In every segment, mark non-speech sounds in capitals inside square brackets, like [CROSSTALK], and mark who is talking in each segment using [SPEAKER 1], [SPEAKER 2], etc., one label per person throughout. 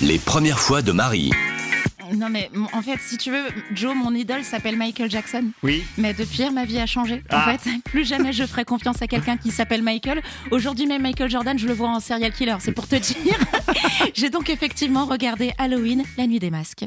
[SPEAKER 1] Les premières fois de Marie.
[SPEAKER 2] Non mais m- en fait, si tu veux, Joe, mon idole s'appelle Michael Jackson.
[SPEAKER 3] Oui.
[SPEAKER 2] Mais depuis, hier, ma vie a changé.
[SPEAKER 3] Ah.
[SPEAKER 2] En fait, [LAUGHS] plus jamais je ferai confiance à quelqu'un qui s'appelle Michael. Aujourd'hui même, Michael Jordan, je le vois en serial killer. C'est pour te dire. [LAUGHS] J'ai donc effectivement regardé Halloween, la nuit des masques.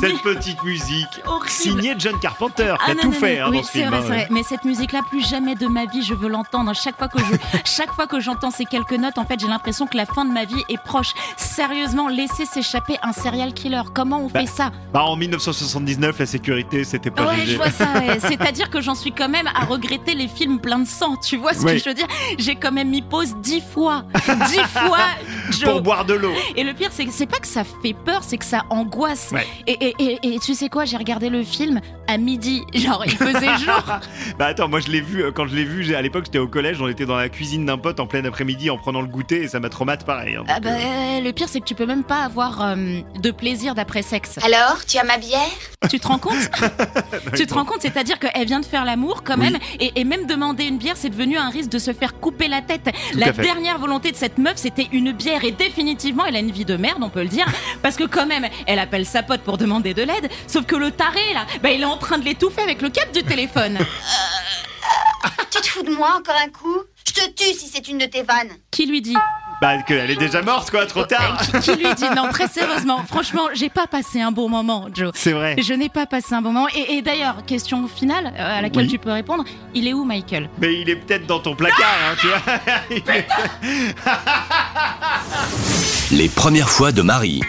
[SPEAKER 3] Cette petite musique
[SPEAKER 2] Horrible.
[SPEAKER 3] signée de John Carpenter qui a
[SPEAKER 2] Ah, non,
[SPEAKER 3] tout
[SPEAKER 2] non,
[SPEAKER 3] fait
[SPEAKER 2] non.
[SPEAKER 3] hein,
[SPEAKER 2] oui,
[SPEAKER 3] dans ce
[SPEAKER 2] c'est
[SPEAKER 3] film.
[SPEAKER 2] vrai,
[SPEAKER 3] hein.
[SPEAKER 2] c'est vrai. Mais cette musique-là, plus jamais de ma vie, je veux l'entendre. Chaque fois que je, [LAUGHS] chaque fois que j'entends ces quelques notes, en fait, j'ai l'impression que la fin de ma vie est proche. Sérieusement, laisser s'échapper un serial killer. Comment on
[SPEAKER 3] Bah,
[SPEAKER 2] fait ça
[SPEAKER 3] Bah, en 1979, la sécurité, c'était pas
[SPEAKER 2] Ouais,
[SPEAKER 3] jugé.
[SPEAKER 2] je vois ça. ouais. C'est-à-dire que j'en suis quand même à regretter les films pleins de sang. Tu vois ce
[SPEAKER 3] Oui.
[SPEAKER 2] que je veux dire J'ai quand même mis pause dix fois.
[SPEAKER 3] [LAUGHS]
[SPEAKER 2] Dix fois,
[SPEAKER 3] Pour
[SPEAKER 2] Joe.
[SPEAKER 3] boire de l'eau.
[SPEAKER 2] Et le pire, c'est que c'est pas que ça fait peur, c'est que ça angoisse.
[SPEAKER 3] Ouais.
[SPEAKER 2] Et, et- et- et tu sais quoi J'ai regardé le film à midi. Genre, il
[SPEAKER 3] [LAUGHS]
[SPEAKER 2] faisait jour.
[SPEAKER 3] Bah attends, moi je l'ai vu, euh, quand je l'ai vu, j'ai- à l'époque j'étais au collège, on était dans la cuisine d'un pote en plein après-midi en prenant le goûter et ça m'a traumatisé pareil. hein.
[SPEAKER 2] Ah bah, euh, le pire, c'est que tu peux même pas avoir euh, de plaisir d'après sexe.
[SPEAKER 4] Alors, tu as ma bière
[SPEAKER 2] Tu te rends compte Ah, Tu te rends compte C'est-à-dire qu'elle vient de faire l'amour quand même, et, et même demander une bière, c'est devenu un risque de se faire couper la tête.
[SPEAKER 3] à
[SPEAKER 2] la
[SPEAKER 3] fait.
[SPEAKER 2] dernière volonté de cette meuf, c'était une bière, et définitivement, elle a une vie de merde, on peut le dire, parce que quand même, elle appelle sa pote pour demander de l'aide, sauf que le taré, là, bah, il est en train de l'étouffer avec le cap du téléphone.
[SPEAKER 4] Tu te fous de moi encore un coup Je te tue si c'est une de tes vannes.
[SPEAKER 2] Qui lui dit
[SPEAKER 3] Bah qu'elle est déjà morte quoi,
[SPEAKER 2] [LAUGHS]
[SPEAKER 3] trop tard.
[SPEAKER 2] Qui, qui lui dit Non, très sérieusement, franchement, j'ai pas passé un bon moment, Joe.
[SPEAKER 3] C'est vrai.
[SPEAKER 2] Je n'ai pas passé un bon moment. Et, et d'ailleurs, question finale euh, à laquelle
[SPEAKER 3] Oui.
[SPEAKER 2] tu peux répondre, il est où Michael
[SPEAKER 3] Mais il est peut-être dans ton placard, hein, tu vois.
[SPEAKER 1] Les premières fois de Marie.